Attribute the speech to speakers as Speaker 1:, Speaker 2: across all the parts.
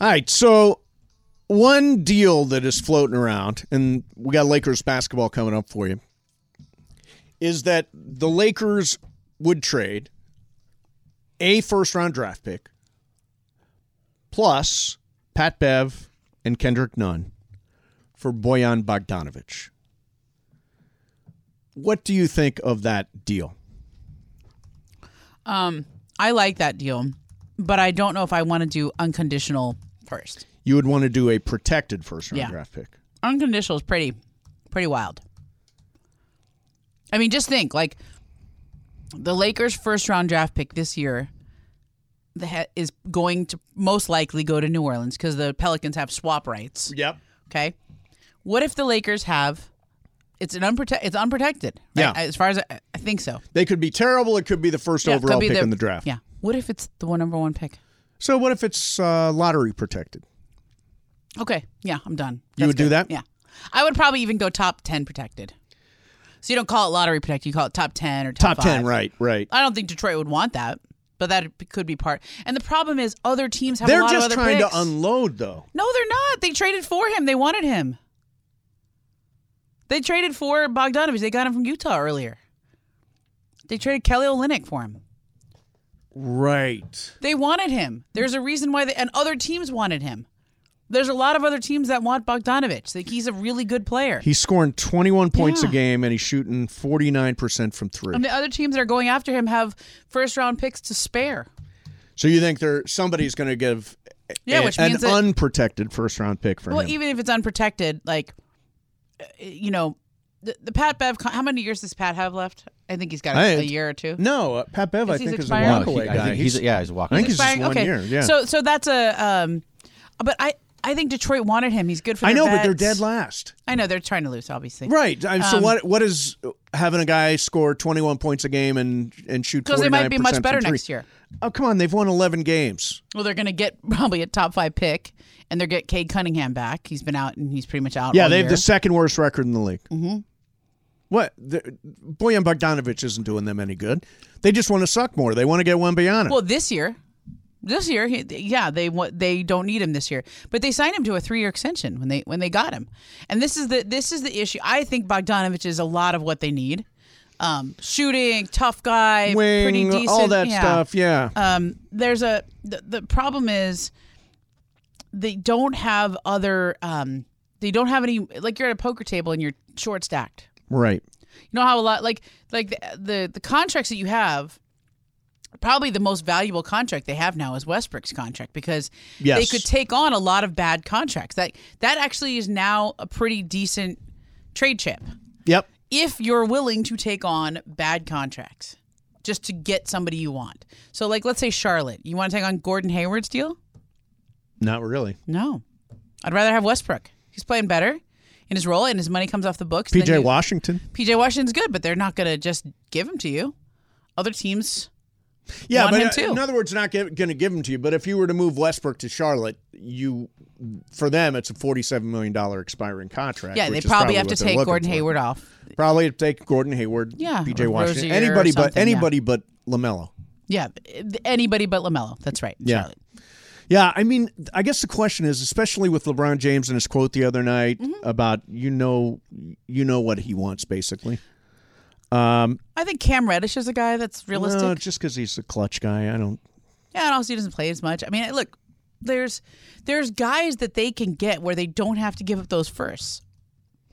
Speaker 1: All right, so one deal that is floating around, and we got Lakers basketball coming up for you, is that the Lakers would trade a first round draft pick plus Pat Bev and Kendrick Nunn for Boyan Bogdanovich. What do you think of that deal?
Speaker 2: Um, I like that deal, but I don't know if I want to do unconditional first.
Speaker 1: You would want to do a protected first round
Speaker 2: Yeah.
Speaker 1: draft pick.
Speaker 2: Unconditional is pretty, pretty wild. I mean, just think like the Lakers' first round draft pick this year the he- is going to most likely go to New Orleans because the Pelicans have swap rights.
Speaker 1: Yep.
Speaker 2: Okay. What if the Lakers have? It's an unprotected. It's unprotected. right?
Speaker 1: Yeah.
Speaker 2: As far as I, I think so.
Speaker 1: They could be terrible. It could be the first
Speaker 2: Yeah, it could
Speaker 1: overall
Speaker 2: be
Speaker 1: pick in the draft.
Speaker 2: Yeah. What if it's the one number one pick?
Speaker 1: So what if it's uh, lottery protected?
Speaker 2: Okay. Yeah, I'm done.
Speaker 1: You would do that?
Speaker 2: Yeah. I would probably even go top 10 protected. So you don't call it lottery protected, you call it top 10 or top,
Speaker 1: Top ten,
Speaker 2: five.
Speaker 1: right? Right.
Speaker 2: I don't think Detroit would want that, but that could be part. And the problem is other teams have a
Speaker 1: They're
Speaker 2: lot
Speaker 1: just
Speaker 2: of other
Speaker 1: trying
Speaker 2: picks.
Speaker 1: to unload, though.
Speaker 2: no, they're not. They traded for him. They wanted him. They traded for Bogdanovich. They got him from Utah earlier. They traded Kelly Olynyk for him.
Speaker 1: Right.
Speaker 2: They wanted him. There's a reason why, they, and other teams wanted him. There's a lot of other teams that want Bogdanovich. Like he's a really good player.
Speaker 1: He's scoring 21 points
Speaker 2: Yeah.
Speaker 1: a game and he's shooting 49% from three.
Speaker 2: and the other teams that are going after him have first round picks to spare.
Speaker 1: so you think there somebody's going to give a-
Speaker 2: Yeah, which
Speaker 1: an
Speaker 2: means that-
Speaker 1: unprotected first round pick for
Speaker 2: Well,
Speaker 1: him?
Speaker 2: even if it's unprotected, like uh, you know, the, the Pat Bev. con- How many years does Pat have left? I think he's got a,
Speaker 1: I-
Speaker 2: a year or two.
Speaker 1: no, uh, Pat Bev, I
Speaker 2: Is he's
Speaker 1: think, is a
Speaker 2: expiring? Oh,
Speaker 3: No,
Speaker 1: walkaway
Speaker 3: he-
Speaker 1: away
Speaker 3: I
Speaker 1: guy.
Speaker 3: think he's, yeah, he's
Speaker 1: I
Speaker 3: walking.
Speaker 1: think he's just
Speaker 2: Expiring?
Speaker 1: one
Speaker 2: okay.
Speaker 1: year. Yeah.
Speaker 2: So so that's a um, but I I think Detroit wanted him. He's good for.
Speaker 1: I
Speaker 2: their
Speaker 1: know, but they're dead
Speaker 2: vets.
Speaker 1: last.
Speaker 2: I know they're trying to lose, obviously.
Speaker 1: Right. I- so
Speaker 2: Um,
Speaker 1: what? What is having a guy score 21 points a game and and shoot?
Speaker 2: Because they might be
Speaker 1: 49%
Speaker 2: much
Speaker 1: from
Speaker 2: better
Speaker 1: three?
Speaker 2: next year.
Speaker 1: Oh come on! They've won 11 games.
Speaker 2: Well, they're going to get probably a top five pick, and they're get Cade Cunningham back. He's been out, and he's pretty much out.
Speaker 1: Yeah,
Speaker 2: all
Speaker 1: they
Speaker 2: year.
Speaker 1: have the second worst record in the league. Mm-hmm. What? The, Boyan Bogdanovich isn't doing them any good. They just want to suck more. They want to get one beyond
Speaker 2: Well, this year, this year, he- yeah, they wa- they don't need him this year, but they signed him to a three year extension when they when they got him, and this is the this is the issue. I think Bogdanovich is a lot of what they need. Um, shooting, tough guy, pretty decent,
Speaker 1: all that
Speaker 2: yeah.
Speaker 1: stuff. Yeah.
Speaker 2: Um, there's a the, the problem is they don't have other um, they don't have any like you're at a poker table and you're short stacked.
Speaker 1: right.
Speaker 2: You know how a lot like like the the, the contracts that you have. Probably the most valuable contract they have now is Westbrook's contract because they
Speaker 1: Yes.
Speaker 2: could take on a lot of bad contracts. That that actually is now a pretty decent trade chip
Speaker 1: Yep.
Speaker 2: if you're willing to take on bad contracts just to get somebody you want. So like let's say Charlotte, you want to take on Gordon Hayward's deal?
Speaker 1: Not really.
Speaker 2: No. I'd rather have Westbrook. He's playing better in his role and his money comes off the books.
Speaker 1: PJ
Speaker 2: Then you-
Speaker 1: Washington.
Speaker 2: PJ Washington's good, but they're not going to just give him to you. Other teams,
Speaker 1: Yeah,
Speaker 2: Want
Speaker 1: but
Speaker 2: him
Speaker 1: uh,
Speaker 2: too.
Speaker 1: in other words, not going to give him to you. But if you were to move Westbrook to Charlotte, you for them it's a forty-seven million dollar expiring contract.
Speaker 2: yeah,
Speaker 1: which
Speaker 2: they
Speaker 1: is
Speaker 2: probably, have
Speaker 1: what
Speaker 2: to
Speaker 1: they're
Speaker 2: take
Speaker 1: looking
Speaker 2: Gordon
Speaker 1: for.
Speaker 2: Hayward off.
Speaker 1: Probably have to take Gordon Hayward.
Speaker 2: Yeah,
Speaker 1: PJ
Speaker 2: or
Speaker 1: Washington.
Speaker 2: Rozier or
Speaker 1: Anybody but
Speaker 2: something, yeah.
Speaker 1: anybody but Lamelo.
Speaker 2: Yeah, anybody but Lamelo. That's right. in
Speaker 1: Yeah.
Speaker 2: Charlotte.
Speaker 1: Yeah, I mean, I guess the question is, especially with LeBron James and his quote the other night
Speaker 2: Mm-hmm.
Speaker 1: about you know, you know what he wants basically.
Speaker 2: I think Cam Reddish is a guy that's realistic.
Speaker 1: No, just because he's a clutch guy, I don't.
Speaker 2: Yeah, and also he doesn't play as much. I mean, look, there's there's guys that they can get where they don't have to give up those firsts.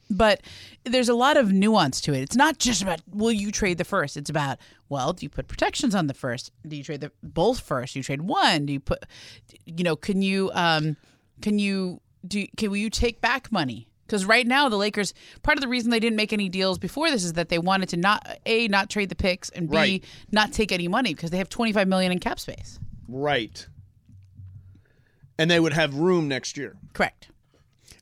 Speaker 2: But there's a lot of nuance to it. It's not just about will you trade the first. It's about well, do you put protections on the first? Do you trade the both first? Do you trade one? Do you put you know, can you um can you do can will you take back money? Because right now the Lakers, part of the reason they didn't make any deals before this is that they wanted to not a not trade the picks and b
Speaker 1: Right.
Speaker 2: not take any money because they have 25 million in cap space.
Speaker 1: Right. And they would have room next year,
Speaker 2: Correct.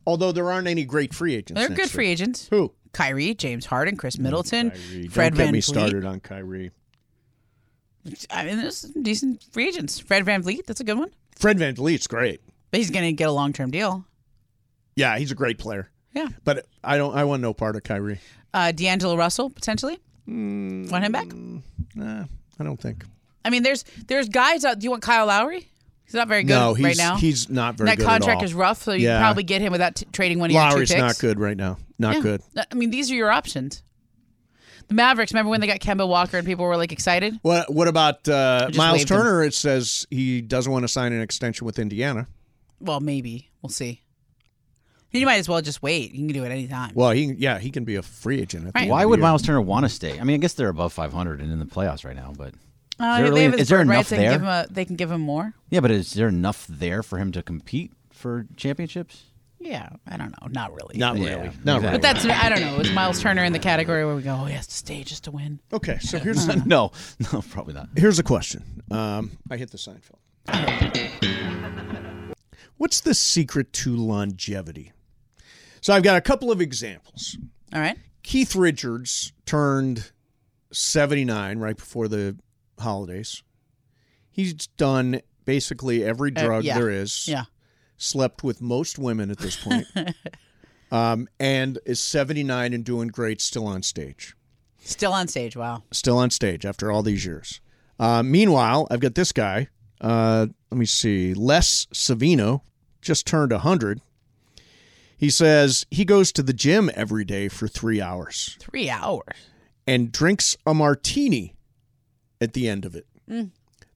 Speaker 1: although there aren't any great free agents.
Speaker 2: They're
Speaker 1: next
Speaker 2: good free
Speaker 1: year.
Speaker 2: agents.
Speaker 1: Who?
Speaker 2: Kyrie, James Harden, Chris Middleton,
Speaker 1: Mm, Kyrie.
Speaker 2: Fred
Speaker 1: don't get
Speaker 2: Van
Speaker 1: me started on Kyrie.
Speaker 2: I mean, there's some decent free agents. Fred Van Vliet, that's a good one.
Speaker 1: Fred Van VanVleet's great.
Speaker 2: But he's going to get a long term deal.
Speaker 1: Yeah, he's a great player,
Speaker 2: Yeah.
Speaker 1: but I don't. I want no part of Kyrie.
Speaker 2: Uh, D'Angelo Russell, potentially.
Speaker 1: Mm.
Speaker 2: Want him back?
Speaker 1: Nah, I don't think.
Speaker 2: I mean, there's there's guys out. Do you want Kyle Lowry? He's not very good
Speaker 1: No, he's
Speaker 2: right now.
Speaker 1: he's not very
Speaker 2: that
Speaker 1: good at
Speaker 2: contract
Speaker 1: all.
Speaker 2: is rough, so you can
Speaker 1: Yeah.
Speaker 2: probably get him without t- trading one of
Speaker 1: Lowry's
Speaker 2: your two
Speaker 1: not
Speaker 2: picks.
Speaker 1: good right now. Not
Speaker 2: Yeah.
Speaker 1: good.
Speaker 2: I mean, these are your options. The Mavericks. Remember when they got Kemba Walker and people were like excited?
Speaker 1: What What about uh,
Speaker 2: just
Speaker 1: Miles
Speaker 2: waved him.
Speaker 1: Turner? It says he doesn't want to sign an extension with Indiana.
Speaker 2: Well, maybe we'll see. You might as well just wait. You can do it anytime.
Speaker 1: Well, he yeah he can be a free agent. At the
Speaker 2: Right.
Speaker 1: end
Speaker 3: Why
Speaker 1: of the
Speaker 3: would
Speaker 1: year.
Speaker 3: Miles Turner want to stay? I mean, I guess they're above 500 and in the playoffs right now, but
Speaker 2: Uh,
Speaker 3: Is there
Speaker 2: they have
Speaker 3: really-
Speaker 2: his
Speaker 3: is there
Speaker 2: bird
Speaker 3: enough
Speaker 2: rights, they can
Speaker 3: there?
Speaker 2: give him a- they can give him more.
Speaker 3: yeah, but is there enough there for him to compete for championships?
Speaker 2: Yeah, I don't know. Not really.
Speaker 1: Not
Speaker 3: Yeah,
Speaker 1: really. Not
Speaker 3: exactly.
Speaker 2: But that's I don't know. Is Miles Turner in the category where we go? Oh, he has to stay just to win.
Speaker 1: really. Okay, so
Speaker 2: Uh-huh.
Speaker 1: here's a,
Speaker 3: no, no, probably not.
Speaker 1: here's a question. Um, I hit the Seinfeld. What's the secret to longevity? So I've got a couple of examples.
Speaker 2: All right.
Speaker 1: Keith Richards turned 79 right before the holidays. He's done basically every
Speaker 2: Uh,
Speaker 1: drug
Speaker 2: yeah.
Speaker 1: there is,
Speaker 2: Yeah.
Speaker 1: slept with most women at this point, um, and is 79 and doing great still on stage.
Speaker 2: Still on stage. Wow.
Speaker 1: Still on stage after all these years. Uh, meanwhile, I've got this guy. Uh, let me see. Les Savino just turned 100. He says he goes to the gym every day for three hours
Speaker 2: Three hours.
Speaker 1: and drinks a martini at the end of it.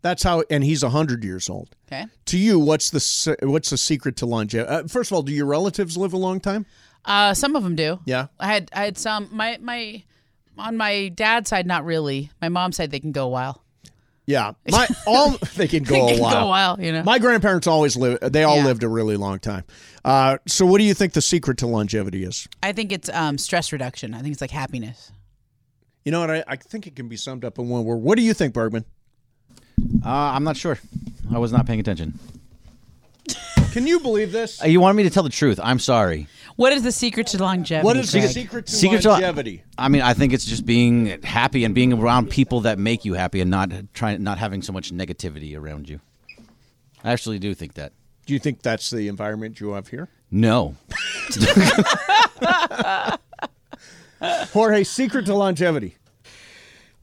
Speaker 1: That's how, and he's hundred years old.
Speaker 2: Okay.
Speaker 1: To you, what's the se- what's the secret to longevity? Uh, first of all, do your relatives live a long time?
Speaker 2: Uh, some of them do.
Speaker 1: Yeah,
Speaker 2: I had I had some my my on my dad's side not really. My mom's side they can go a while.
Speaker 1: yeah. My all they can go
Speaker 2: they
Speaker 1: a
Speaker 2: can
Speaker 1: while.
Speaker 2: go a while, you know.
Speaker 1: My grandparents always live. They all
Speaker 2: Yeah.
Speaker 1: lived a really long time. Uh, so, what do you think the secret to longevity is?
Speaker 2: I think it's um, stress reduction. I think it's like happiness.
Speaker 1: You know what? I, I think it can be summed up in one word. What do you think, Bergman?
Speaker 3: Uh, I'm not sure. I was not paying attention.
Speaker 1: Can you believe this?
Speaker 3: Uh, you wanted me to tell the truth. I'm sorry.
Speaker 2: What is the secret to longevity?
Speaker 1: What is the
Speaker 2: Craig?
Speaker 1: secret to
Speaker 3: Secret to-
Speaker 1: longevity?
Speaker 3: I mean, I think it's just being happy and being around people that make you happy and not trying, not having so much negativity around you. I actually do think that.
Speaker 1: do you think that's the environment you have here?
Speaker 3: No,
Speaker 1: Jorge, secret to longevity.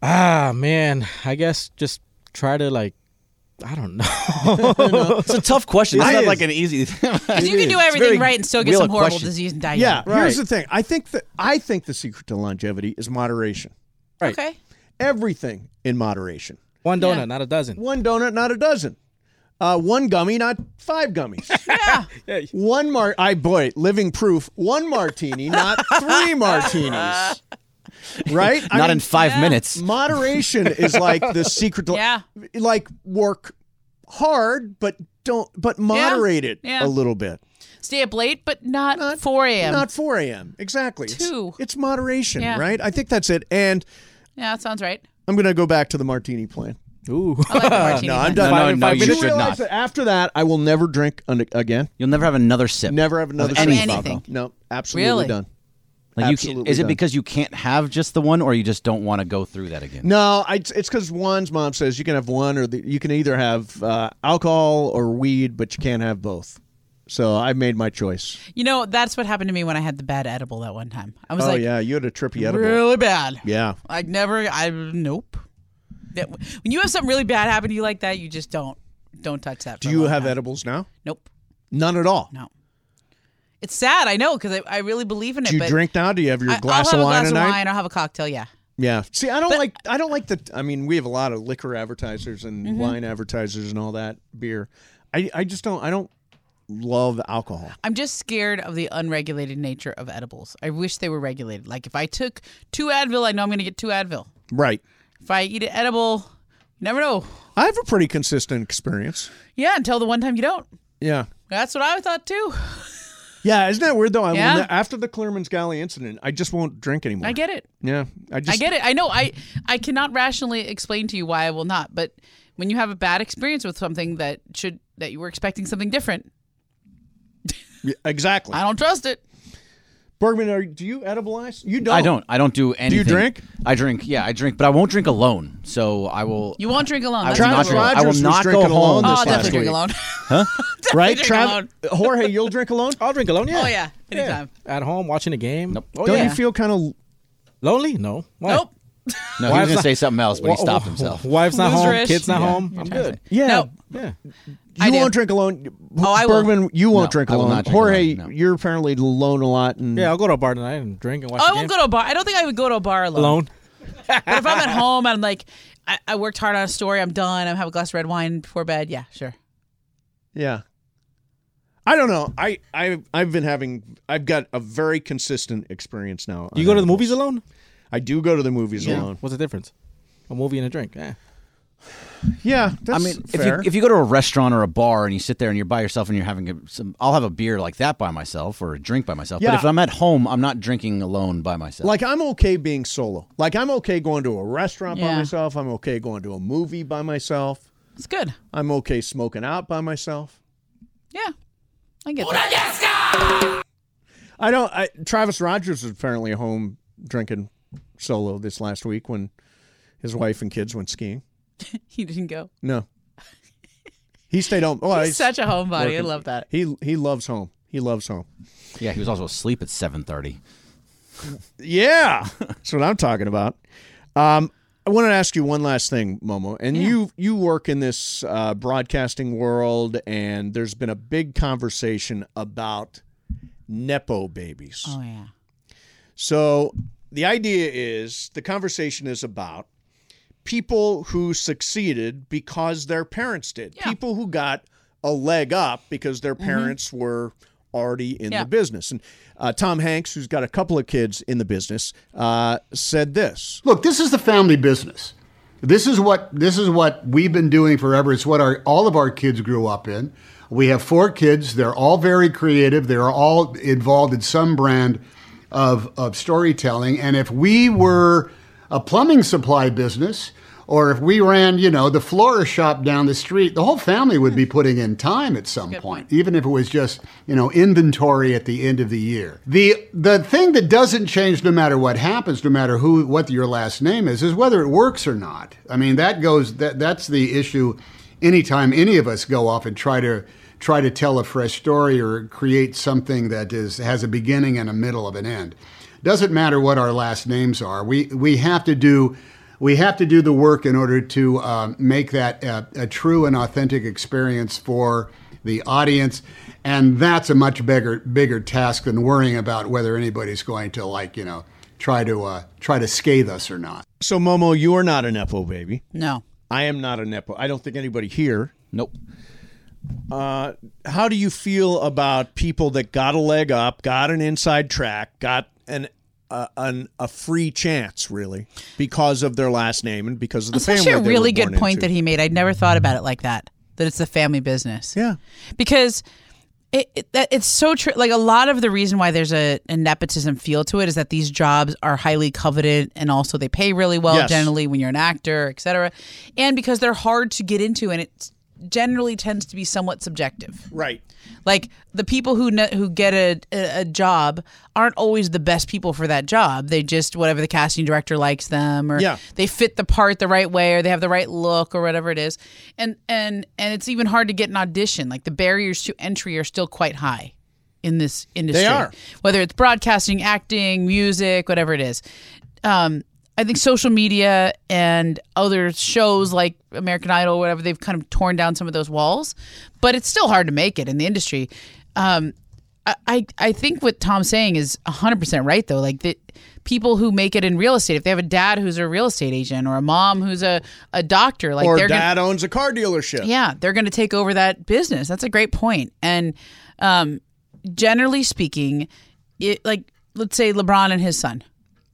Speaker 4: Ah man, I guess just try to like, I don't know.
Speaker 3: it's a tough question. It's
Speaker 1: It
Speaker 3: not
Speaker 1: is.
Speaker 3: like an easy.
Speaker 2: 'Cause you can do
Speaker 3: It's very
Speaker 2: everything right and still get some
Speaker 3: real
Speaker 2: horrible
Speaker 3: question.
Speaker 2: disease and die.
Speaker 1: Yeah,
Speaker 2: young.
Speaker 1: here's the
Speaker 4: Right.
Speaker 1: thing. I think that I think the secret to longevity is moderation.
Speaker 4: Right.
Speaker 2: Okay.
Speaker 1: Everything in moderation.
Speaker 4: One donut,
Speaker 2: Yeah.
Speaker 4: not a dozen.
Speaker 1: One donut, not a dozen. Uh, one gummy, not five gummies. yeah. One mar. I boy, living proof. One martini, not three martinis. Right. I
Speaker 3: not
Speaker 1: mean,
Speaker 3: in five minutes.
Speaker 1: moderation is like the secret. To,
Speaker 2: Yeah.
Speaker 1: Like work hard, but don't. But moderate it
Speaker 2: Yeah.
Speaker 1: a little bit.
Speaker 2: Stay up late, but not, 4 a.m.
Speaker 1: Not 4 a.m. Exactly. It's-
Speaker 2: Two.
Speaker 1: It's, moderation,
Speaker 2: Yeah.
Speaker 1: right? I think that's it. And
Speaker 2: yeah, that sounds right.
Speaker 1: I'm going to go back to the martini plan.
Speaker 4: Ooh.
Speaker 2: I like the martini
Speaker 1: No,
Speaker 2: one.
Speaker 1: I'm done.
Speaker 3: No, no,
Speaker 1: Five in
Speaker 3: no,
Speaker 1: five
Speaker 3: you
Speaker 1: minutes.
Speaker 3: should
Speaker 1: Realize
Speaker 3: not.
Speaker 1: that After that, I will never drink un- again.
Speaker 3: You'll never have another sip.
Speaker 1: Never have another
Speaker 3: Of
Speaker 1: sip.
Speaker 3: anything.
Speaker 1: alcohol. No, absolutely
Speaker 2: Really?
Speaker 1: done.
Speaker 3: Like you can,
Speaker 1: Absolutely
Speaker 3: is it
Speaker 1: done.
Speaker 3: because you can't have just the one, or you just don't want to go through that again?
Speaker 1: No, I, it's because one's mom says you can have one, or the, you can either have uh, alcohol or weed, but you can't have both. So I made my choice.
Speaker 2: You know, that's what happened to me when I had the bad edible that one time. I was
Speaker 1: Oh
Speaker 2: like
Speaker 1: yeah, you had a trippy edible.
Speaker 2: really bad.
Speaker 1: Yeah,
Speaker 2: I never. I nope. That- when you have something really bad happen to you like that, you just don't don't touch that.
Speaker 1: do you have edibles now?
Speaker 2: Nope.
Speaker 1: None at all.
Speaker 2: No. It's sad. I know because I, I really believe in it.
Speaker 1: Do you
Speaker 2: but
Speaker 1: drink now? Do you have your
Speaker 2: I,
Speaker 1: glass
Speaker 2: I'll have
Speaker 1: of wine
Speaker 2: a glass
Speaker 1: tonight?
Speaker 2: of wine. I'll have a cocktail. Yeah.
Speaker 1: Yeah. See, I don't like I don't like the I mean, we have a lot of liquor advertisers and
Speaker 2: Mm-hmm.
Speaker 1: wine advertisers and all that beer. I I just don't I don't love alcohol.
Speaker 2: I'm just scared of the unregulated nature of edibles. I wish they were regulated. Like if I took two Advil, I know I'm going to get two Advil.
Speaker 1: Right.
Speaker 2: If I eat an edible, you never know.
Speaker 1: I have a pretty consistent experience.
Speaker 2: Yeah, until the one time you don't.
Speaker 1: Yeah.
Speaker 2: That's what I thought too.
Speaker 1: Yeah, isn't that weird though? I will
Speaker 2: Yeah.
Speaker 1: ne- after the Clearman's Galley incident, I just won't drink anymore.
Speaker 2: I get it.
Speaker 1: Yeah. I just
Speaker 2: I get it. I know. I I cannot rationally explain to you why I will not. But when you have a bad experience with something that should that you were expecting something different,
Speaker 1: Yeah, Exactly.
Speaker 2: I don't trust it.
Speaker 1: Bergman, are, do you edibilize? You don't.
Speaker 3: I don't. I don't do anything.
Speaker 1: drink?
Speaker 3: I drink. Yeah, I drink, but I won't drink alone. So I will.
Speaker 2: You won't drink alone.
Speaker 3: I will
Speaker 2: That's
Speaker 3: not
Speaker 2: the
Speaker 3: drink.
Speaker 2: rule.
Speaker 1: Rogers
Speaker 3: I will
Speaker 1: was
Speaker 3: not go
Speaker 1: drinking alone
Speaker 3: home.
Speaker 2: Oh,
Speaker 1: this
Speaker 2: I'll
Speaker 1: last
Speaker 2: definitely drink
Speaker 1: week.
Speaker 2: alone.
Speaker 1: Right?
Speaker 2: drink
Speaker 1: Trav-
Speaker 2: alone.
Speaker 1: Jorge, you'll drink alone?
Speaker 4: I'll drink alone. Yeah.
Speaker 2: oh yeah, anytime.
Speaker 4: At home watching a game.
Speaker 3: Nope.
Speaker 4: Oh
Speaker 1: Don't
Speaker 4: yeah.
Speaker 1: you feel kind of
Speaker 4: Lonely? No. Why?
Speaker 2: Nope.
Speaker 3: No, he was
Speaker 4: Wife's
Speaker 3: gonna
Speaker 4: not-
Speaker 3: say something else, but he
Speaker 4: Wa-
Speaker 3: stopped
Speaker 4: wa-
Speaker 3: himself.
Speaker 4: Wife's not home.
Speaker 2: Loser-ish.
Speaker 4: Kids not
Speaker 3: Yeah.
Speaker 4: home. I'm
Speaker 2: trying to
Speaker 4: good.
Speaker 1: Yeah.
Speaker 2: Nope.
Speaker 4: Yeah.
Speaker 2: I
Speaker 1: you
Speaker 2: did.
Speaker 1: won't drink alone.
Speaker 2: Oh, I will.
Speaker 1: Bergman, you won't
Speaker 3: No,
Speaker 1: drink
Speaker 3: I will
Speaker 1: alone.
Speaker 3: not drink
Speaker 1: Jorge,
Speaker 3: alone, no.
Speaker 1: you're apparently alone a lot. And
Speaker 4: Yeah, I'll go to a bar tonight and drink and watch.
Speaker 2: Oh, I
Speaker 4: the
Speaker 2: won't
Speaker 4: game.
Speaker 2: go to a bar. I don't think I would go to a bar alone.
Speaker 4: alone.
Speaker 2: But if I'm at home and I'm like, I, I worked hard on a story, I'm done, I have a glass of red wine before bed. Yeah, sure.
Speaker 1: Yeah. I don't know. I I I've been having. I've got a very consistent experience now.
Speaker 4: You go to the movies alone?
Speaker 1: I do go to the movies alone.
Speaker 4: What's the difference? A movie and a drink. Eh.
Speaker 1: Yeah,
Speaker 3: I
Speaker 1: that's
Speaker 3: mean, if
Speaker 1: fair.
Speaker 3: you, if you go to a restaurant or a bar and you sit there and you're by yourself and you're having a, some, I'll have a beer like that by myself or a drink by myself.
Speaker 1: Yeah.
Speaker 3: But if I'm at home, I'm not drinking alone by myself.
Speaker 1: like I'm okay being solo. Like I'm okay going to a restaurant by
Speaker 2: Yeah.
Speaker 1: myself. I'm okay going to a movie by myself.
Speaker 2: It's good.
Speaker 1: I'm okay smoking out by myself.
Speaker 2: Yeah. I get that.
Speaker 1: I don't. I, Travis Rogers was apparently home drinking solo this last week when his wife and kids went skiing.
Speaker 2: He didn't go.
Speaker 1: No, he stayed home. Oh,
Speaker 2: He's such a homebody. I
Speaker 1: working.
Speaker 2: love that.
Speaker 1: he he loves home. He loves home.
Speaker 3: yeah, he was also asleep at 7:30.
Speaker 1: Yeah, that's what I'm talking about. Um, I want to ask you one last thing, Momo. And you you work in this uh, broadcasting world, and there's been a big conversation about nepo babies.
Speaker 2: Oh, yeah.
Speaker 1: So the idea is the conversation is about people who succeeded because their parents did.
Speaker 2: Yeah. Mm-hmm.
Speaker 1: People who got a leg up because their parents were already in
Speaker 2: Yeah.
Speaker 1: the business. And uh, Tom Hanks, who's got a couple of kids in the business, uh, said this.
Speaker 5: Look, this is the family business. This is what this is what we've been doing forever. It's what our all of our kids grew up in. We have four kids. They're all very creative. They're all involved in some brand of of storytelling. And if we were a plumbing supply business or if we ran, you know, the florist shop down the street, the whole family would be putting in time at some point, even if it was just, you know, inventory at the end of the year. The the thing that doesn't change no matter what happens, no matter who what your last name is, is whether it works or not. I mean, that goes that that's the issue anytime any of us go off and try to try to tell a fresh story or create something that is has a beginning and a middle of an end. Doesn't matter what our last names are. We we have to do we have to do the work in order to uh, make that uh, a true and authentic experience for the audience, and that's a much bigger bigger task than worrying about whether anybody's going to like you know try to uh, try to scathe us or not.
Speaker 1: So, Momo, you are not a nepo baby.
Speaker 2: No.
Speaker 1: I am not a nepo. I don't think anybody here.
Speaker 3: Nope.
Speaker 1: Uh, How do you feel about people that got a leg up, got an inside track, got an uh, an a free chance really because of their last name and because of the
Speaker 2: That's
Speaker 1: family?
Speaker 2: actually a
Speaker 1: they
Speaker 2: really
Speaker 1: were born
Speaker 2: good point
Speaker 1: into.
Speaker 2: that he made. I'd never thought about it like that, that it's the family business.
Speaker 1: Yeah.
Speaker 2: because it, it that it's so true. Like a lot of the reason why there's a, a nepotism feel to it is that these jobs are highly coveted and also they pay really well
Speaker 1: Yes.
Speaker 2: generally when you're an actor, et cetera, and because they're hard to get into and it generally tends to be somewhat subjective.
Speaker 1: Right.
Speaker 2: Like the people who ne- who get a, a a job aren't always the best people for that job. They just whatever the casting director likes them, or
Speaker 1: Yeah.
Speaker 2: they fit the part the right way, or they have the right look, or whatever it is. And and and it's even hard to get an audition. Like the barriers to entry are still quite high in this industry.
Speaker 1: are.
Speaker 2: Whether it's broadcasting, acting, music, whatever it is. Um, I think social media and other shows like American Idol, or whatever, they've kind of torn down some of those walls, but it's still hard to make it in the industry. Um, I- I, I think what Tom's saying is 100% right, though. Like, the people who make it in real estate, if they have a dad who's a real estate agent or a mom who's a, a doctor, like
Speaker 1: Or
Speaker 2: they're gonna-
Speaker 1: dad owns a car dealership.
Speaker 2: yeah, they're going to take over that business. That's a great point. And um, generally speaking, it like let's say LeBron and his son.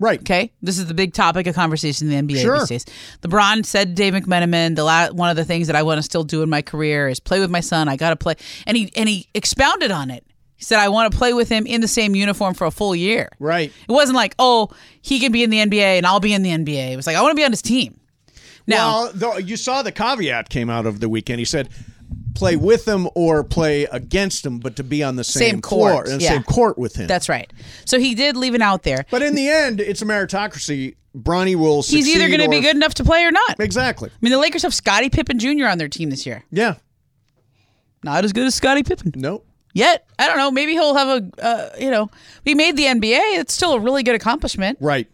Speaker 1: Right.
Speaker 2: Okay, this is the big topic of conversation in the NBA
Speaker 1: Sure.
Speaker 2: these days. LeBron said to Dave McMenamin, "The la- one of the things that I want to still do in my career is play with my son. I got to play," and he and he expounded on it. He said, "I want to play with him in the same uniform for a full year."
Speaker 1: Right.
Speaker 2: It wasn't like, "Oh, he can be in the NBA and I'll be in the NBA." It was like, "I want to be on his team." Now,
Speaker 1: Well, though you saw the caveat came out of the weekend. He said play with him or play against him, but to be on the same,
Speaker 2: Same court,
Speaker 1: floor, the
Speaker 2: yeah.
Speaker 1: same court with him.
Speaker 2: that's right. So he did leave it out there.
Speaker 1: but in the end, it's a meritocracy. Bronny will
Speaker 2: he's either going to be good enough to play or not. I
Speaker 1: Exactly.
Speaker 2: mean, the Lakers have Scottie Pippen Jr. on their team this year.
Speaker 1: Yeah.
Speaker 2: Not as good as Scottie Pippen
Speaker 1: Nope.
Speaker 2: yet. I don't know. Maybe he'll have a, uh, you know, he made the NBA. It's still a really good accomplishment,
Speaker 1: Right.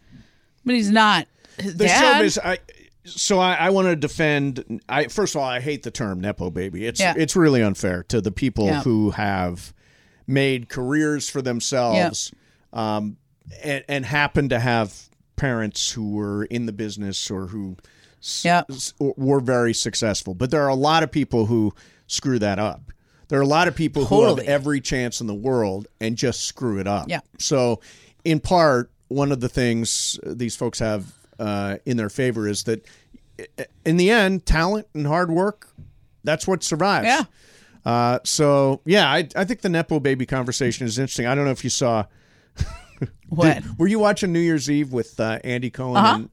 Speaker 2: but he's not his
Speaker 1: the
Speaker 2: dad.
Speaker 1: showbiz. I, so I, I want to defend. I first of all, I hate the term nepo baby. It's
Speaker 2: Yeah.
Speaker 1: it's really unfair to the people
Speaker 2: Yeah.
Speaker 1: who have made careers for themselves, um, and, and happen to have parents who were in the business or who s-
Speaker 2: Yeah.
Speaker 1: s- were very successful. But there are a lot of people who screw that up. There are a lot of people who
Speaker 2: Totally.
Speaker 1: have every chance in the world and just screw it up.
Speaker 2: Yeah.
Speaker 1: So, in part, one of the things these folks have uh, in their favor is that, in the end, talent and hard work, that's what survives.
Speaker 2: Yeah.
Speaker 1: Uh, so yeah, I, I think the nepo baby conversation is interesting. I don't know if you saw.
Speaker 2: What?
Speaker 1: Were you watching New Year's Eve with uh, Andy Cohen?
Speaker 2: Uh-huh.
Speaker 1: And,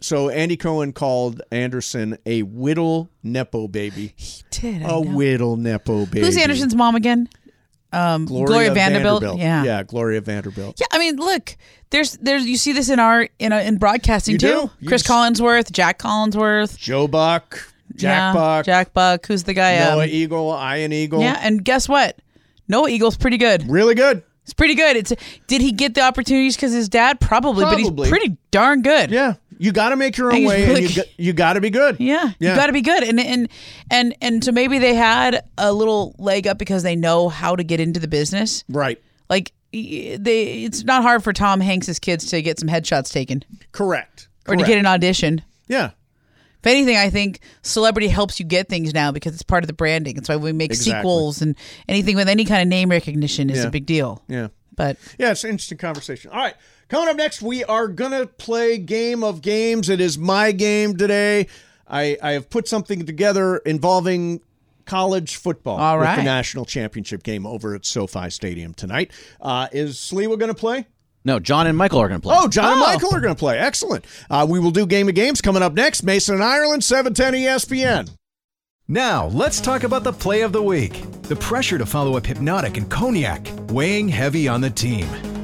Speaker 1: so Andy Cohen called Anderson a whittle nepo baby.
Speaker 2: he did. I
Speaker 1: A
Speaker 2: know.
Speaker 1: whittle nepo baby.
Speaker 2: Oh, Who's Anderson's mom again? Gloria Vanderbilt? Yeah.
Speaker 1: yeah, Gloria Vanderbilt.
Speaker 2: Yeah, I mean, look, there's there's you see this in our in a, in broadcasting
Speaker 1: You
Speaker 2: too.
Speaker 1: do. You
Speaker 2: Chris
Speaker 1: s-
Speaker 2: Collinsworth, Jack Collinsworth,
Speaker 1: Joe Buck, Jack
Speaker 2: yeah,
Speaker 1: Buck,
Speaker 2: Jack Buck. Who's the guy? um,
Speaker 1: Noah Eagle, Ian Eagle.
Speaker 2: yeah, and guess what? Noah Eagle's pretty good.
Speaker 1: Really good.
Speaker 2: It's pretty good. It's did he get the opportunities because his dad probably, but
Speaker 1: Probably.
Speaker 2: he's pretty darn good.
Speaker 1: Yeah. You got to make your own
Speaker 2: He's
Speaker 1: way
Speaker 2: really
Speaker 1: and you got, you got to be good.
Speaker 2: Yeah,
Speaker 1: Yeah.
Speaker 2: you got to be good, and and and and so maybe they had a little leg up because they know how to get into the business.
Speaker 1: Right.
Speaker 2: Like y- they, it's not hard for Tom Hanks's kids to get some headshots taken
Speaker 1: Correct.
Speaker 2: or to
Speaker 1: Correct.
Speaker 2: get an audition.
Speaker 1: Yeah.
Speaker 2: If anything, I think celebrity helps you get things now because it's part of the branding. It's why we make
Speaker 1: Exactly.
Speaker 2: sequels and anything with any kind of name recognition is
Speaker 1: Yeah.
Speaker 2: a big deal.
Speaker 1: Yeah.
Speaker 2: But
Speaker 1: Yeah, it's an interesting conversation. All right. Coming up next, we are going to play Game of Games. It is my game today. I, I have put something together involving college football
Speaker 2: All
Speaker 1: with the
Speaker 2: right.
Speaker 1: national championship game over at SoFi Stadium tonight. Uh, is Sliwa going to play?
Speaker 3: No, John and Michael are going to play.
Speaker 1: Oh, John and
Speaker 2: Oh.
Speaker 1: Michael are going to play. Excellent. Uh, we will do Game of Games coming up next. Mason and Ireland, E 710 ESPN.
Speaker 6: Now, let's talk about the play of the week. The pressure to follow up Hypnotic and Cognac, weighing heavy on the team.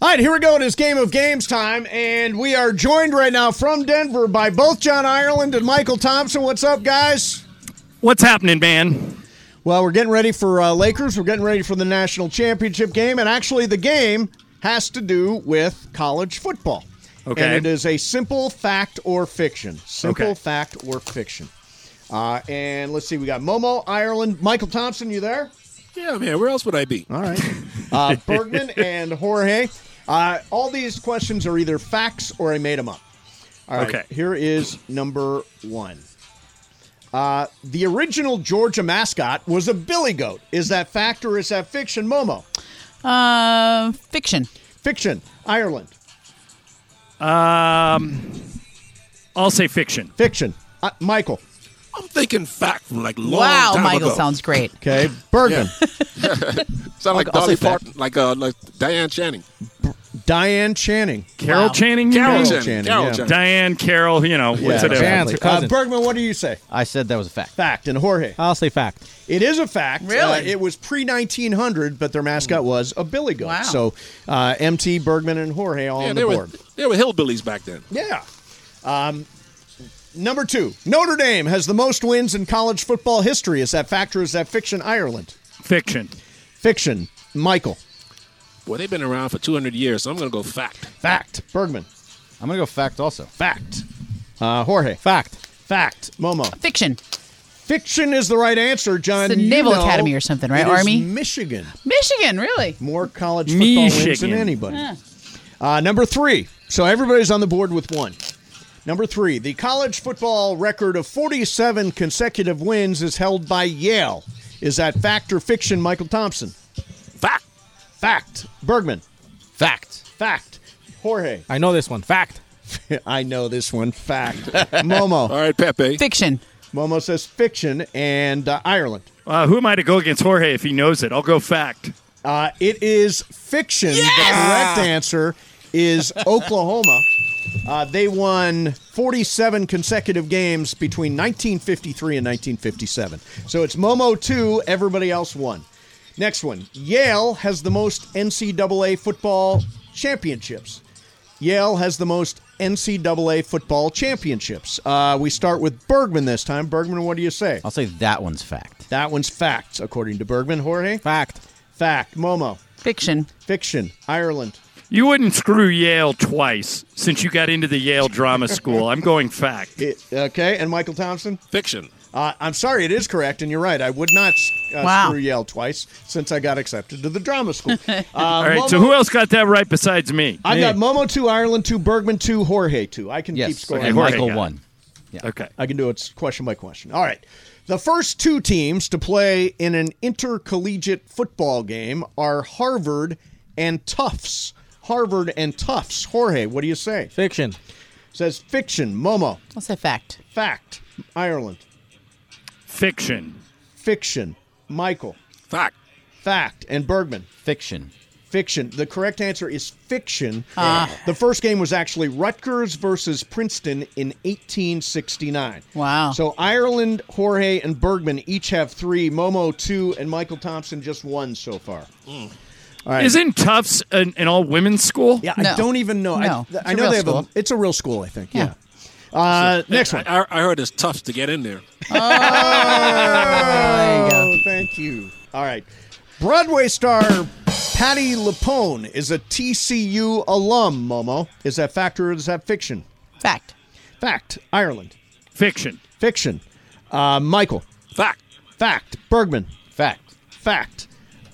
Speaker 1: All right, here we go. It is Game of Games time, and we are joined right now from Denver by both John Ireland and Michael Thompson. What's up, guys?
Speaker 7: What's happening, man?
Speaker 1: Well, we're getting ready for uh, Lakers. We're getting ready for the national championship game, and actually, the game has to do with college football.
Speaker 7: Okay.
Speaker 1: and it is a simple fact or fiction. Simple
Speaker 7: Okay.
Speaker 1: fact or fiction. Uh, and let's see, we got Momo Ireland, Michael Thompson. You there?
Speaker 8: Yeah, man. Where else would I be?
Speaker 1: All right. Uh, Bergman and Jorge. Uh, all these questions are either facts or I made them up. All right.
Speaker 8: Okay.
Speaker 1: Here is number one. Uh, the original Georgia mascot was a billy goat. Is that fact or is that fiction, Momo?
Speaker 2: uh, fiction.
Speaker 1: Fiction. Ireland.
Speaker 7: Um, I'll say fiction.
Speaker 1: Fiction. Uh, Michael.
Speaker 8: I'm thinking fact from like long
Speaker 2: wow,
Speaker 8: time
Speaker 2: Michael
Speaker 8: ago.
Speaker 2: sounds great.
Speaker 1: Okay. Bergman.
Speaker 8: sound like
Speaker 2: I'll- I'll
Speaker 8: Dolly
Speaker 2: say fact.
Speaker 8: Parton, like uh, like Diane Channing.
Speaker 1: Diane Channing.
Speaker 9: Carol Channing, you
Speaker 8: Carol
Speaker 9: mean?
Speaker 8: Channing.
Speaker 1: Channing,
Speaker 8: Carol
Speaker 1: yeah.
Speaker 8: Channing.
Speaker 9: Diane Carol, you know, what's
Speaker 1: Yeah,
Speaker 9: it
Speaker 1: exactly.
Speaker 9: ever?
Speaker 4: It's her
Speaker 1: Uh,
Speaker 4: cousin.
Speaker 1: Bergman, what do you say?
Speaker 3: I said that was a fact.
Speaker 1: Fact. And Jorge.
Speaker 4: I'll say fact.
Speaker 1: It is a fact.
Speaker 2: Really? Hmm.
Speaker 1: Uh, it was pre 1900, but their mascot was a billy goat.
Speaker 2: Wow.
Speaker 1: So uh, MT, Bergman, and Jorge all
Speaker 8: Yeah,
Speaker 1: on
Speaker 8: they
Speaker 1: the
Speaker 8: were
Speaker 1: board.
Speaker 8: they were hillbillies back then.
Speaker 1: Yeah. Um, number two, Notre Dame has the most wins in college football history. Is that fact or is that fiction? Ireland.
Speaker 9: Fiction.
Speaker 1: Fiction. Michael.
Speaker 8: Well, they've been around for 200 years, so I'm gonna go fact.
Speaker 1: Fact. Bergman.
Speaker 3: I'm going to go fact also.
Speaker 1: Fact. Uh, Jorge. Fact. Fact. Momo.
Speaker 2: Fiction.
Speaker 1: Fiction is the right answer, John.
Speaker 2: It's the
Speaker 1: You
Speaker 2: Naval
Speaker 1: know
Speaker 2: Academy or something, right?
Speaker 1: it is
Speaker 2: Army?
Speaker 1: Michigan.
Speaker 2: Michigan, really?
Speaker 1: More college football wins than
Speaker 9: Michigan.
Speaker 1: anybody. Uh, number three. So everybody's on the board with one. Number three, the college football record of 47 consecutive wins is held by Yale. Is that fact or fiction, Michael Thompson?
Speaker 8: Fact.
Speaker 1: Fact. Bergman.
Speaker 3: Fact.
Speaker 1: Fact. Jorge.
Speaker 4: I know this one. Fact.
Speaker 1: I know this one. Fact. Momo.
Speaker 8: All right, Pepe.
Speaker 2: Fiction.
Speaker 1: Momo says fiction and uh, Ireland.
Speaker 9: Uh, who am I to go against Jorge if he knows it? I'll go fact.
Speaker 1: Uh, it is fiction. The correct answer is Oklahoma. Uh, they won 47 consecutive games between 1953 and 1957. So it's Momo 2, everybody else 1. Next one Yale has the most NCAA football championships. Yale has the most NCAA football championships. Uh, we start with Bergman this time. Bergman, what do you say?
Speaker 3: I'll say that one's fact.
Speaker 1: That one's fact, according to Bergman. Jorge?
Speaker 4: Fact.
Speaker 1: Fact. Momo?
Speaker 2: Fiction.
Speaker 1: Fiction, Ireland.
Speaker 9: You wouldn't screw Yale twice since you got into the Yale drama school. I'm going fact.
Speaker 1: It- okay, and Michael Thompson.
Speaker 8: Fiction.
Speaker 1: Uh, I'm sorry, it is correct, and you're right. I would not uh,
Speaker 2: Wow.
Speaker 1: screw Yale twice since I got accepted to the drama school. Uh,
Speaker 9: All right, so who else got that right besides me?
Speaker 1: I got Momo two, Ireland two, Bergman two, Jorge two. I can keep
Speaker 3: Yes.
Speaker 1: scoring.
Speaker 9: Okay,
Speaker 3: and
Speaker 9: Jorge
Speaker 3: Michael
Speaker 9: got it.
Speaker 3: won.
Speaker 9: Okay.
Speaker 1: I can do it question by question. All right. The first two teams to play in an intercollegiate football game are Harvard and Tufts. Harvard and Tufts. Jorge, what do you say?
Speaker 4: Fiction.
Speaker 1: Says fiction. Momo.
Speaker 2: I'll say fact.
Speaker 1: Fact. Ireland.
Speaker 9: Fiction.
Speaker 1: Fiction. Michael.
Speaker 8: Fact.
Speaker 1: Fact and Bergman.
Speaker 3: Fiction.
Speaker 1: Fiction. The correct answer is fiction.
Speaker 2: Ah.
Speaker 1: the first game was actually Rutgers versus Princeton in 1869.
Speaker 2: Wow.
Speaker 1: So Ireland, Jorge, and Bergman each have three. Momo two, and Michael Thompson just one so far. Right.
Speaker 9: Isn't Tufts an, an all women's school?
Speaker 1: Yeah, I
Speaker 2: No.
Speaker 1: don't even know. I-
Speaker 2: No,
Speaker 1: I,
Speaker 2: it's a
Speaker 1: know
Speaker 2: real
Speaker 1: they have
Speaker 2: school.
Speaker 1: a. It's a real school, I think. Yeah.
Speaker 2: Yeah.
Speaker 1: Uh, next
Speaker 8: I,
Speaker 1: one.
Speaker 8: I, I heard it's tough to get in there.
Speaker 1: Oh, thank you. All right. Broadway star Patty Lapone is a TCU alum, Momo. Is that fact or is that fiction?
Speaker 2: Fact.
Speaker 1: Fact. Ireland.
Speaker 9: Fiction.
Speaker 1: Fiction. Uh, Michael.
Speaker 8: Fact.
Speaker 1: Fact. Bergman.
Speaker 3: Fact.
Speaker 1: Fact.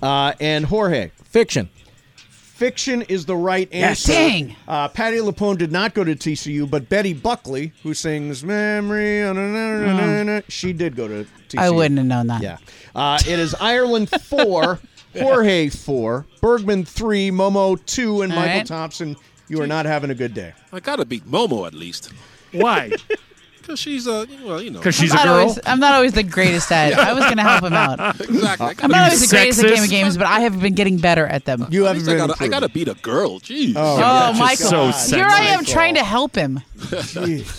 Speaker 1: Uh, and Jorge.
Speaker 4: Fiction.
Speaker 1: Fiction is the right answer.
Speaker 2: dang.
Speaker 1: Uh, Patty Lapone did not go to TCU, but Betty Buckley, who sings "Memory," uh, na, na, na, na, na, she did go to TCU.
Speaker 2: Mm. I wouldn't have known that.
Speaker 1: Yeah. Uh, it is Ireland four, Jorge four, Bergman three, Momo two, and
Speaker 2: All
Speaker 1: Michael
Speaker 2: right.
Speaker 1: Thompson. You are not having a good day.
Speaker 8: I gotta beat Momo at least,
Speaker 9: Why?
Speaker 8: because she's a well, you know.
Speaker 9: Because she's
Speaker 2: I'm
Speaker 9: a
Speaker 2: not,
Speaker 9: girl.
Speaker 2: always, I'm not always the greatest at it. I was going to help him out. I'm
Speaker 8: Exactly. I gotta,
Speaker 2: not always the greatest at
Speaker 9: sexist.
Speaker 2: game of games, but I have been getting better at them.
Speaker 1: You
Speaker 8: at
Speaker 1: haven't
Speaker 8: least I
Speaker 1: been.
Speaker 8: gotta, I
Speaker 1: improving.
Speaker 8: gotta beat a girl. Jeez.
Speaker 2: oh,
Speaker 9: That's
Speaker 2: Michael.
Speaker 9: just so
Speaker 2: Here I am
Speaker 1: sexist.
Speaker 2: trying to help him.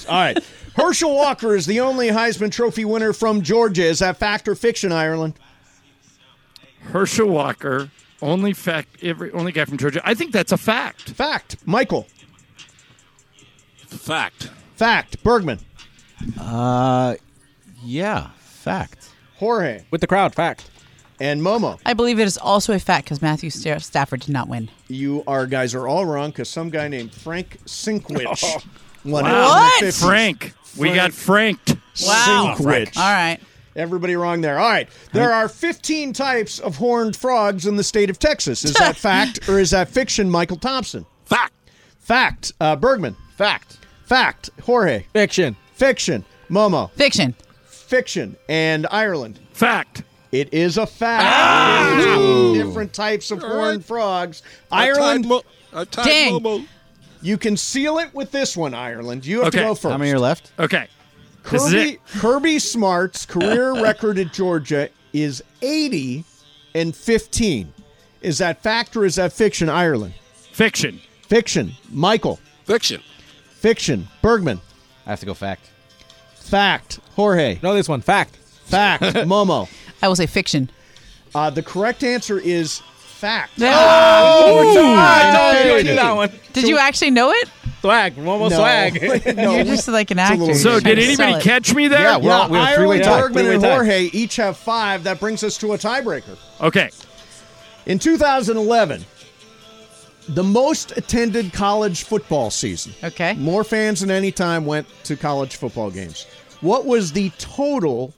Speaker 1: All right. Herschel Walker is the only Heisman Trophy winner from Georgia. Is that fact or fiction, Ireland?
Speaker 9: Herschel Walker, only fact, every only guy from Georgia. I think that's a fact.
Speaker 1: Fact. Michael.
Speaker 8: Fact.
Speaker 1: Fact. Bergman.
Speaker 3: Yeah. Fact.
Speaker 1: Jorge.
Speaker 4: With the crowd. Fact.
Speaker 1: And Momo.
Speaker 2: I believe it is also a fact because Matthew Sta- Stafford did not win.
Speaker 1: You are guys are all wrong because some guy named Frank Sinkwich won it.
Speaker 2: What?
Speaker 1: Fifty.
Speaker 9: Frank. We got franked.
Speaker 2: Wow.
Speaker 1: Sinkwich.
Speaker 2: All right.
Speaker 1: Everybody wrong there. All right. There are 15 types of horned frogs in the state of Texas. Is that fact or is that fiction, Michael Thompson?
Speaker 8: Fact.
Speaker 1: Fact. Uh, Bergman.
Speaker 3: Fact.
Speaker 1: Fact. Jorge.
Speaker 4: Fiction.
Speaker 1: Fiction. Momo.
Speaker 2: Fiction.
Speaker 1: Fiction. And Ireland.
Speaker 9: Fact.
Speaker 1: It is a fact. Ah! Different types of horned frogs. Ireland,
Speaker 8: I tied, Mo- I tied
Speaker 2: Dang.
Speaker 8: Momo.
Speaker 1: you can seal it with this one, Ireland. You have to
Speaker 9: Okay.
Speaker 1: go first.
Speaker 3: How many are left?
Speaker 9: Okay. This is
Speaker 1: Kirby,
Speaker 9: it.
Speaker 1: Kirby Smart's career record at Georgia is 80 and 15. Is that fact or is that fiction, Ireland?
Speaker 9: Fiction.
Speaker 1: Fiction. Michael.
Speaker 8: Fiction.
Speaker 1: Fiction. Bergman.
Speaker 3: I have to go fact.
Speaker 1: Fact. Jorge.
Speaker 4: Know this one. Fact.
Speaker 1: Fact. Momo.
Speaker 2: I will say fiction.
Speaker 1: Uh, the correct answer is fact. Oh,
Speaker 4: I
Speaker 1: Fact.
Speaker 4: knew that one.
Speaker 2: Did you actually know it?
Speaker 4: Swag. Momo
Speaker 1: No.
Speaker 4: swag.
Speaker 1: no.
Speaker 2: You're just like an actor.
Speaker 1: little
Speaker 9: So
Speaker 1: Trying
Speaker 9: did
Speaker 2: to sell
Speaker 9: anybody
Speaker 2: it.
Speaker 9: catch me there?
Speaker 3: Yeah, we're
Speaker 1: Yeah,
Speaker 3: on, we have a three-way
Speaker 1: Ireland,
Speaker 3: tie.
Speaker 1: Bergman, and
Speaker 4: Three-way tie.
Speaker 1: Jorge each have five. That brings us to a tiebreaker.
Speaker 9: Okay.
Speaker 1: In 2011, the most attended college football season.
Speaker 2: Okay.
Speaker 1: More fans than any time went to college football games. What was the total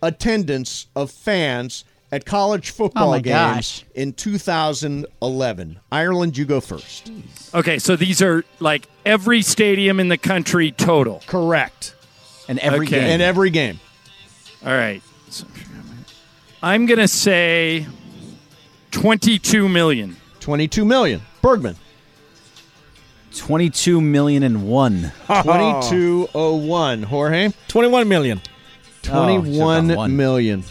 Speaker 1: attendance of fans at college football
Speaker 2: Oh my
Speaker 1: games
Speaker 2: gosh.
Speaker 1: in 2011. Ireland, you go first.
Speaker 9: Okay, so these are like every stadium in the country total.
Speaker 1: Correct.
Speaker 3: And every
Speaker 9: Okay.
Speaker 3: game.
Speaker 1: In every game.
Speaker 9: All right. So, I'm going to say 22 million.
Speaker 1: 22 million. Bergman.
Speaker 3: 22 million and one.
Speaker 4: Oh.
Speaker 1: 2201. Jorge.
Speaker 4: 21 Oh. million.
Speaker 3: should've gone
Speaker 1: 21
Speaker 3: one.
Speaker 1: million.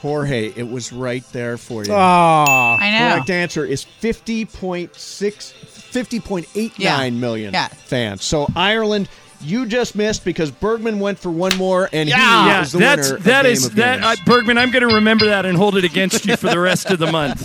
Speaker 1: Jorge, it was right there for you.
Speaker 4: Ah,
Speaker 2: I know.
Speaker 1: Correct answer is 50.6 50.89
Speaker 2: Yeah.
Speaker 1: million
Speaker 2: Yeah.
Speaker 1: fans. So Ireland, you just missed because Bergman went for one more and he
Speaker 9: yeah,
Speaker 1: is Ah, the
Speaker 9: that's
Speaker 1: winner. of
Speaker 9: that
Speaker 1: Game
Speaker 9: is
Speaker 1: of
Speaker 9: that uh,
Speaker 1: Games.
Speaker 9: Bergman. I'm going to remember that and hold it against you for the rest of the month.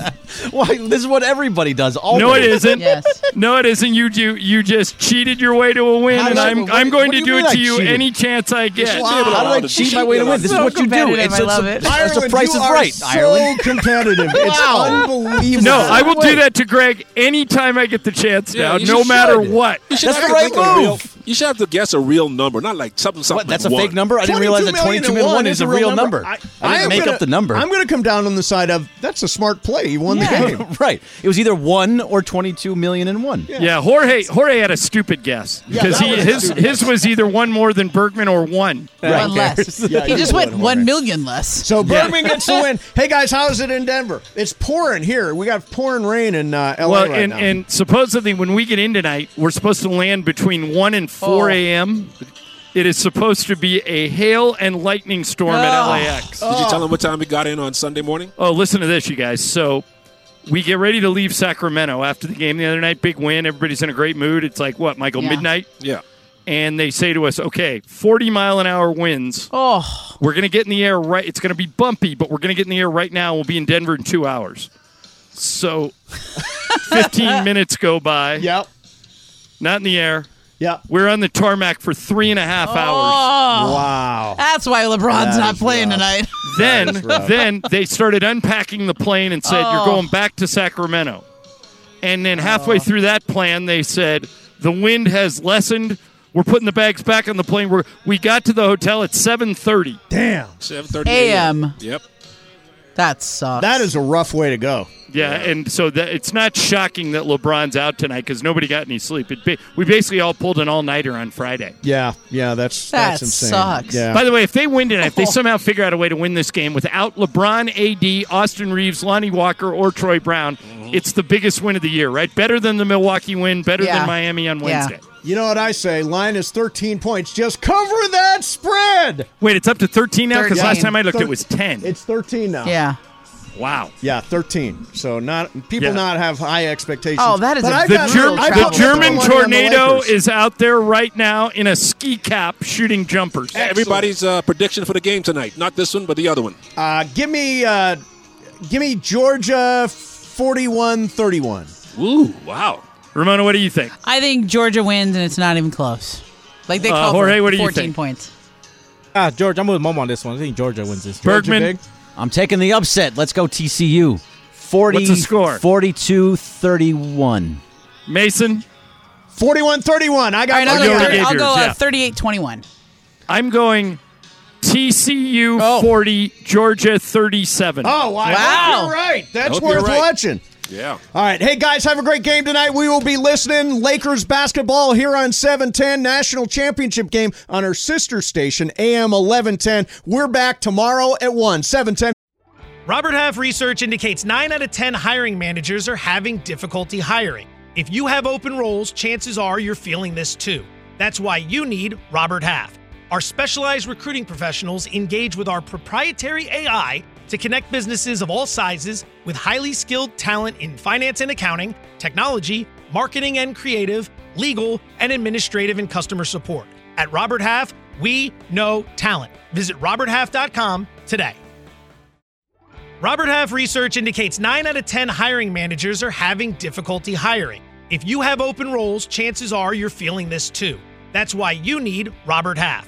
Speaker 3: Why? This is what everybody does. Always.
Speaker 9: No, it isn't.
Speaker 2: Yes.
Speaker 9: No, it isn't. You you you just cheated your way to a win,
Speaker 1: How
Speaker 9: and
Speaker 1: did I-
Speaker 9: I'm
Speaker 1: what-
Speaker 9: I'm going
Speaker 1: what
Speaker 9: to
Speaker 1: do
Speaker 9: do,
Speaker 1: you mean
Speaker 9: it
Speaker 1: I
Speaker 9: to you
Speaker 1: cheated?
Speaker 9: any chance I get.
Speaker 8: Wow.
Speaker 3: How did I
Speaker 8: Wow.
Speaker 3: cheat my way to win? This is
Speaker 2: So
Speaker 3: what you do.
Speaker 2: competitive,
Speaker 3: It's,
Speaker 2: I
Speaker 3: it's
Speaker 2: love
Speaker 3: a,
Speaker 2: it.
Speaker 3: it's a
Speaker 1: Ireland,
Speaker 3: price
Speaker 1: you
Speaker 3: is
Speaker 1: are
Speaker 3: right,
Speaker 1: so
Speaker 3: Ireland.
Speaker 1: competitive. It's unbelievable.
Speaker 9: No, I will
Speaker 1: Wait,
Speaker 9: do that to Greg anytime I get the chance
Speaker 8: Yeah,
Speaker 9: now,
Speaker 8: you
Speaker 9: no
Speaker 8: should.
Speaker 9: matter what.
Speaker 8: You should
Speaker 3: That's
Speaker 8: have
Speaker 3: the
Speaker 8: to
Speaker 3: right
Speaker 8: think of a real-
Speaker 3: move.
Speaker 8: you should have to guess a real number, not like something
Speaker 3: What?
Speaker 8: something.
Speaker 3: That's a
Speaker 8: one.
Speaker 3: fake number. I didn't realize that 22 million one is a real number. I, didn't
Speaker 1: am
Speaker 3: make
Speaker 1: gonna-
Speaker 3: up the number.
Speaker 1: I'm going to come down on the side of that's a smart play. He won
Speaker 2: Yeah.
Speaker 1: the game.
Speaker 3: right. It was either one or 22 million and one.
Speaker 9: Yeah, Jorge Jorge had a stupid guess because
Speaker 1: that
Speaker 9: he
Speaker 1: was a
Speaker 9: his his was either one more than Bergman or one.
Speaker 2: One less.
Speaker 1: Yeah,
Speaker 2: he
Speaker 1: you
Speaker 2: just
Speaker 1: blew
Speaker 2: went
Speaker 1: it, Jorge.
Speaker 2: one million less.
Speaker 1: So Bergman gets the win. Hey guys, how is it in Denver? It's pouring here. We got pouring rain in uh, LA
Speaker 9: Well,
Speaker 1: right
Speaker 9: and,
Speaker 1: now.
Speaker 9: and supposedly when we get in tonight, we're supposed to land between 1 and 4
Speaker 2: Oh.
Speaker 9: a.m. It is supposed to be a hail and lightning storm at
Speaker 2: Oh.
Speaker 9: LAX.
Speaker 8: Did you tell him what time he got in on Sunday morning?
Speaker 9: Oh, listen to this, you guys. So we get ready to leave Sacramento after the game the other night. Big win. Everybody's in a great mood. It's like, what, Michael,
Speaker 2: Yeah.
Speaker 9: midnight?
Speaker 8: Yeah.
Speaker 9: And they say to us, okay, 40 mile an hour winds.
Speaker 2: Oh,
Speaker 9: We're going to get in the air right. It's going to be bumpy, but we're going to get in the air right now. We'll be in Denver in two hours. So 15 minutes go by.
Speaker 1: yep,
Speaker 9: Not in the air.
Speaker 1: yep.
Speaker 9: We're on the tarmac for three and a half hours.
Speaker 2: oh,
Speaker 1: Wow.
Speaker 2: that's why LeBron's
Speaker 1: That
Speaker 2: not
Speaker 1: is
Speaker 2: playing
Speaker 1: rough.
Speaker 2: tonight.
Speaker 9: Then,
Speaker 1: That is rough.
Speaker 9: then they started unpacking the plane and said, "You're going back to Sacramento." And then halfway through that plan, they said, "The wind has lessened. We're putting the bags back on the plane. We're, we got to the hotel at 7:30.
Speaker 1: Damn.
Speaker 8: Seven thirty
Speaker 2: AM.
Speaker 8: Yep.
Speaker 2: That sucks.
Speaker 1: That is a rough way to go.
Speaker 9: Yeah, and so that, it's not shocking that LeBron's out tonight because nobody got any sleep. It ba- we basically all pulled an all-nighter on Friday.
Speaker 1: Yeah, yeah. That's
Speaker 2: That
Speaker 1: that's insane.
Speaker 2: sucks.
Speaker 1: Yeah. Oh.
Speaker 9: By the way, if they win tonight, if they somehow figure out a way to win this game without LeBron, AD, Austin Reeves, Lonnie Walker, or Troy Brown, it's the biggest win of the year, right? Better than the Milwaukee win, better
Speaker 2: Yeah.
Speaker 9: than Miami on
Speaker 2: Yeah.
Speaker 9: Wednesday.
Speaker 1: you know what I say? Line is 13 points. Just cover that spread.
Speaker 9: Wait, it's up to 13 now because last
Speaker 2: 13.
Speaker 9: time I looked,
Speaker 1: Thir-
Speaker 9: it was 10.
Speaker 1: It's 13 now.
Speaker 2: yeah.
Speaker 9: wow.
Speaker 1: Yeah, 13. So not people
Speaker 9: Yeah.
Speaker 1: not have high expectations.
Speaker 2: Oh, that is
Speaker 1: But
Speaker 2: a-
Speaker 1: I've
Speaker 9: The,
Speaker 1: got
Speaker 9: Germ-
Speaker 1: little- I've
Speaker 9: the
Speaker 1: got little
Speaker 9: German
Speaker 1: money on the
Speaker 9: tornado
Speaker 1: Lakers.
Speaker 9: is out there right now in a ski cap shooting jumpers.
Speaker 8: Everybody's uh, prediction for the game tonight. Not this one, but the other one.
Speaker 1: Uh, give me uh, give me Georgia 41-31.
Speaker 8: Ooh, wow.
Speaker 9: Ramona, what do you think?
Speaker 2: I think Georgia wins, and it's not even close. Like they
Speaker 9: Uh,
Speaker 2: covered
Speaker 9: Jorge, what do you
Speaker 2: 14
Speaker 9: think?
Speaker 2: points.
Speaker 4: ah, George, I'm with mom on this one. I think Georgia wins this.
Speaker 9: Bergman.
Speaker 1: Big.
Speaker 3: I'm taking the upset. Let's go TCU. 40,
Speaker 9: What's the score?
Speaker 3: 42 31.
Speaker 9: Mason,
Speaker 1: 41-31. I
Speaker 2: All
Speaker 1: got
Speaker 2: right, I'll
Speaker 1: money
Speaker 2: go,
Speaker 1: on
Speaker 9: already
Speaker 1: it.
Speaker 9: gave
Speaker 2: thir- I'll
Speaker 9: yours,
Speaker 2: go
Speaker 9: yeah.
Speaker 2: uh, 38-21.
Speaker 9: I'm going TCU
Speaker 2: Oh.
Speaker 9: 40, Georgia 37.
Speaker 1: Oh, wow. I
Speaker 2: Wow.
Speaker 1: hope You're right. That's
Speaker 8: hope you're
Speaker 1: worth
Speaker 8: right.
Speaker 1: watching.
Speaker 8: Yeah.
Speaker 1: All right. Hey, guys, have a great game tonight. We will be listening. Lakers basketball here on 710 National Championship game on our sister station, AM 1110. We're back tomorrow at 1, 710.
Speaker 7: Robert Half research indicates 9 out of 10 hiring managers are having difficulty hiring. If you have open roles, chances are you're feeling this too. That's why you need Robert Half. Our specialized recruiting professionals engage with our proprietary AI to connect businesses of all sizes with highly skilled talent in finance and accounting, technology, marketing and creative, legal, and administrative and customer support. At Robert Half, we know talent. Visit roberthalf.com today. Robert Half research indicates 9 out of 10 hiring managers are having difficulty hiring. If you have open roles, chances are you're feeling this too. That's why you need Robert Half.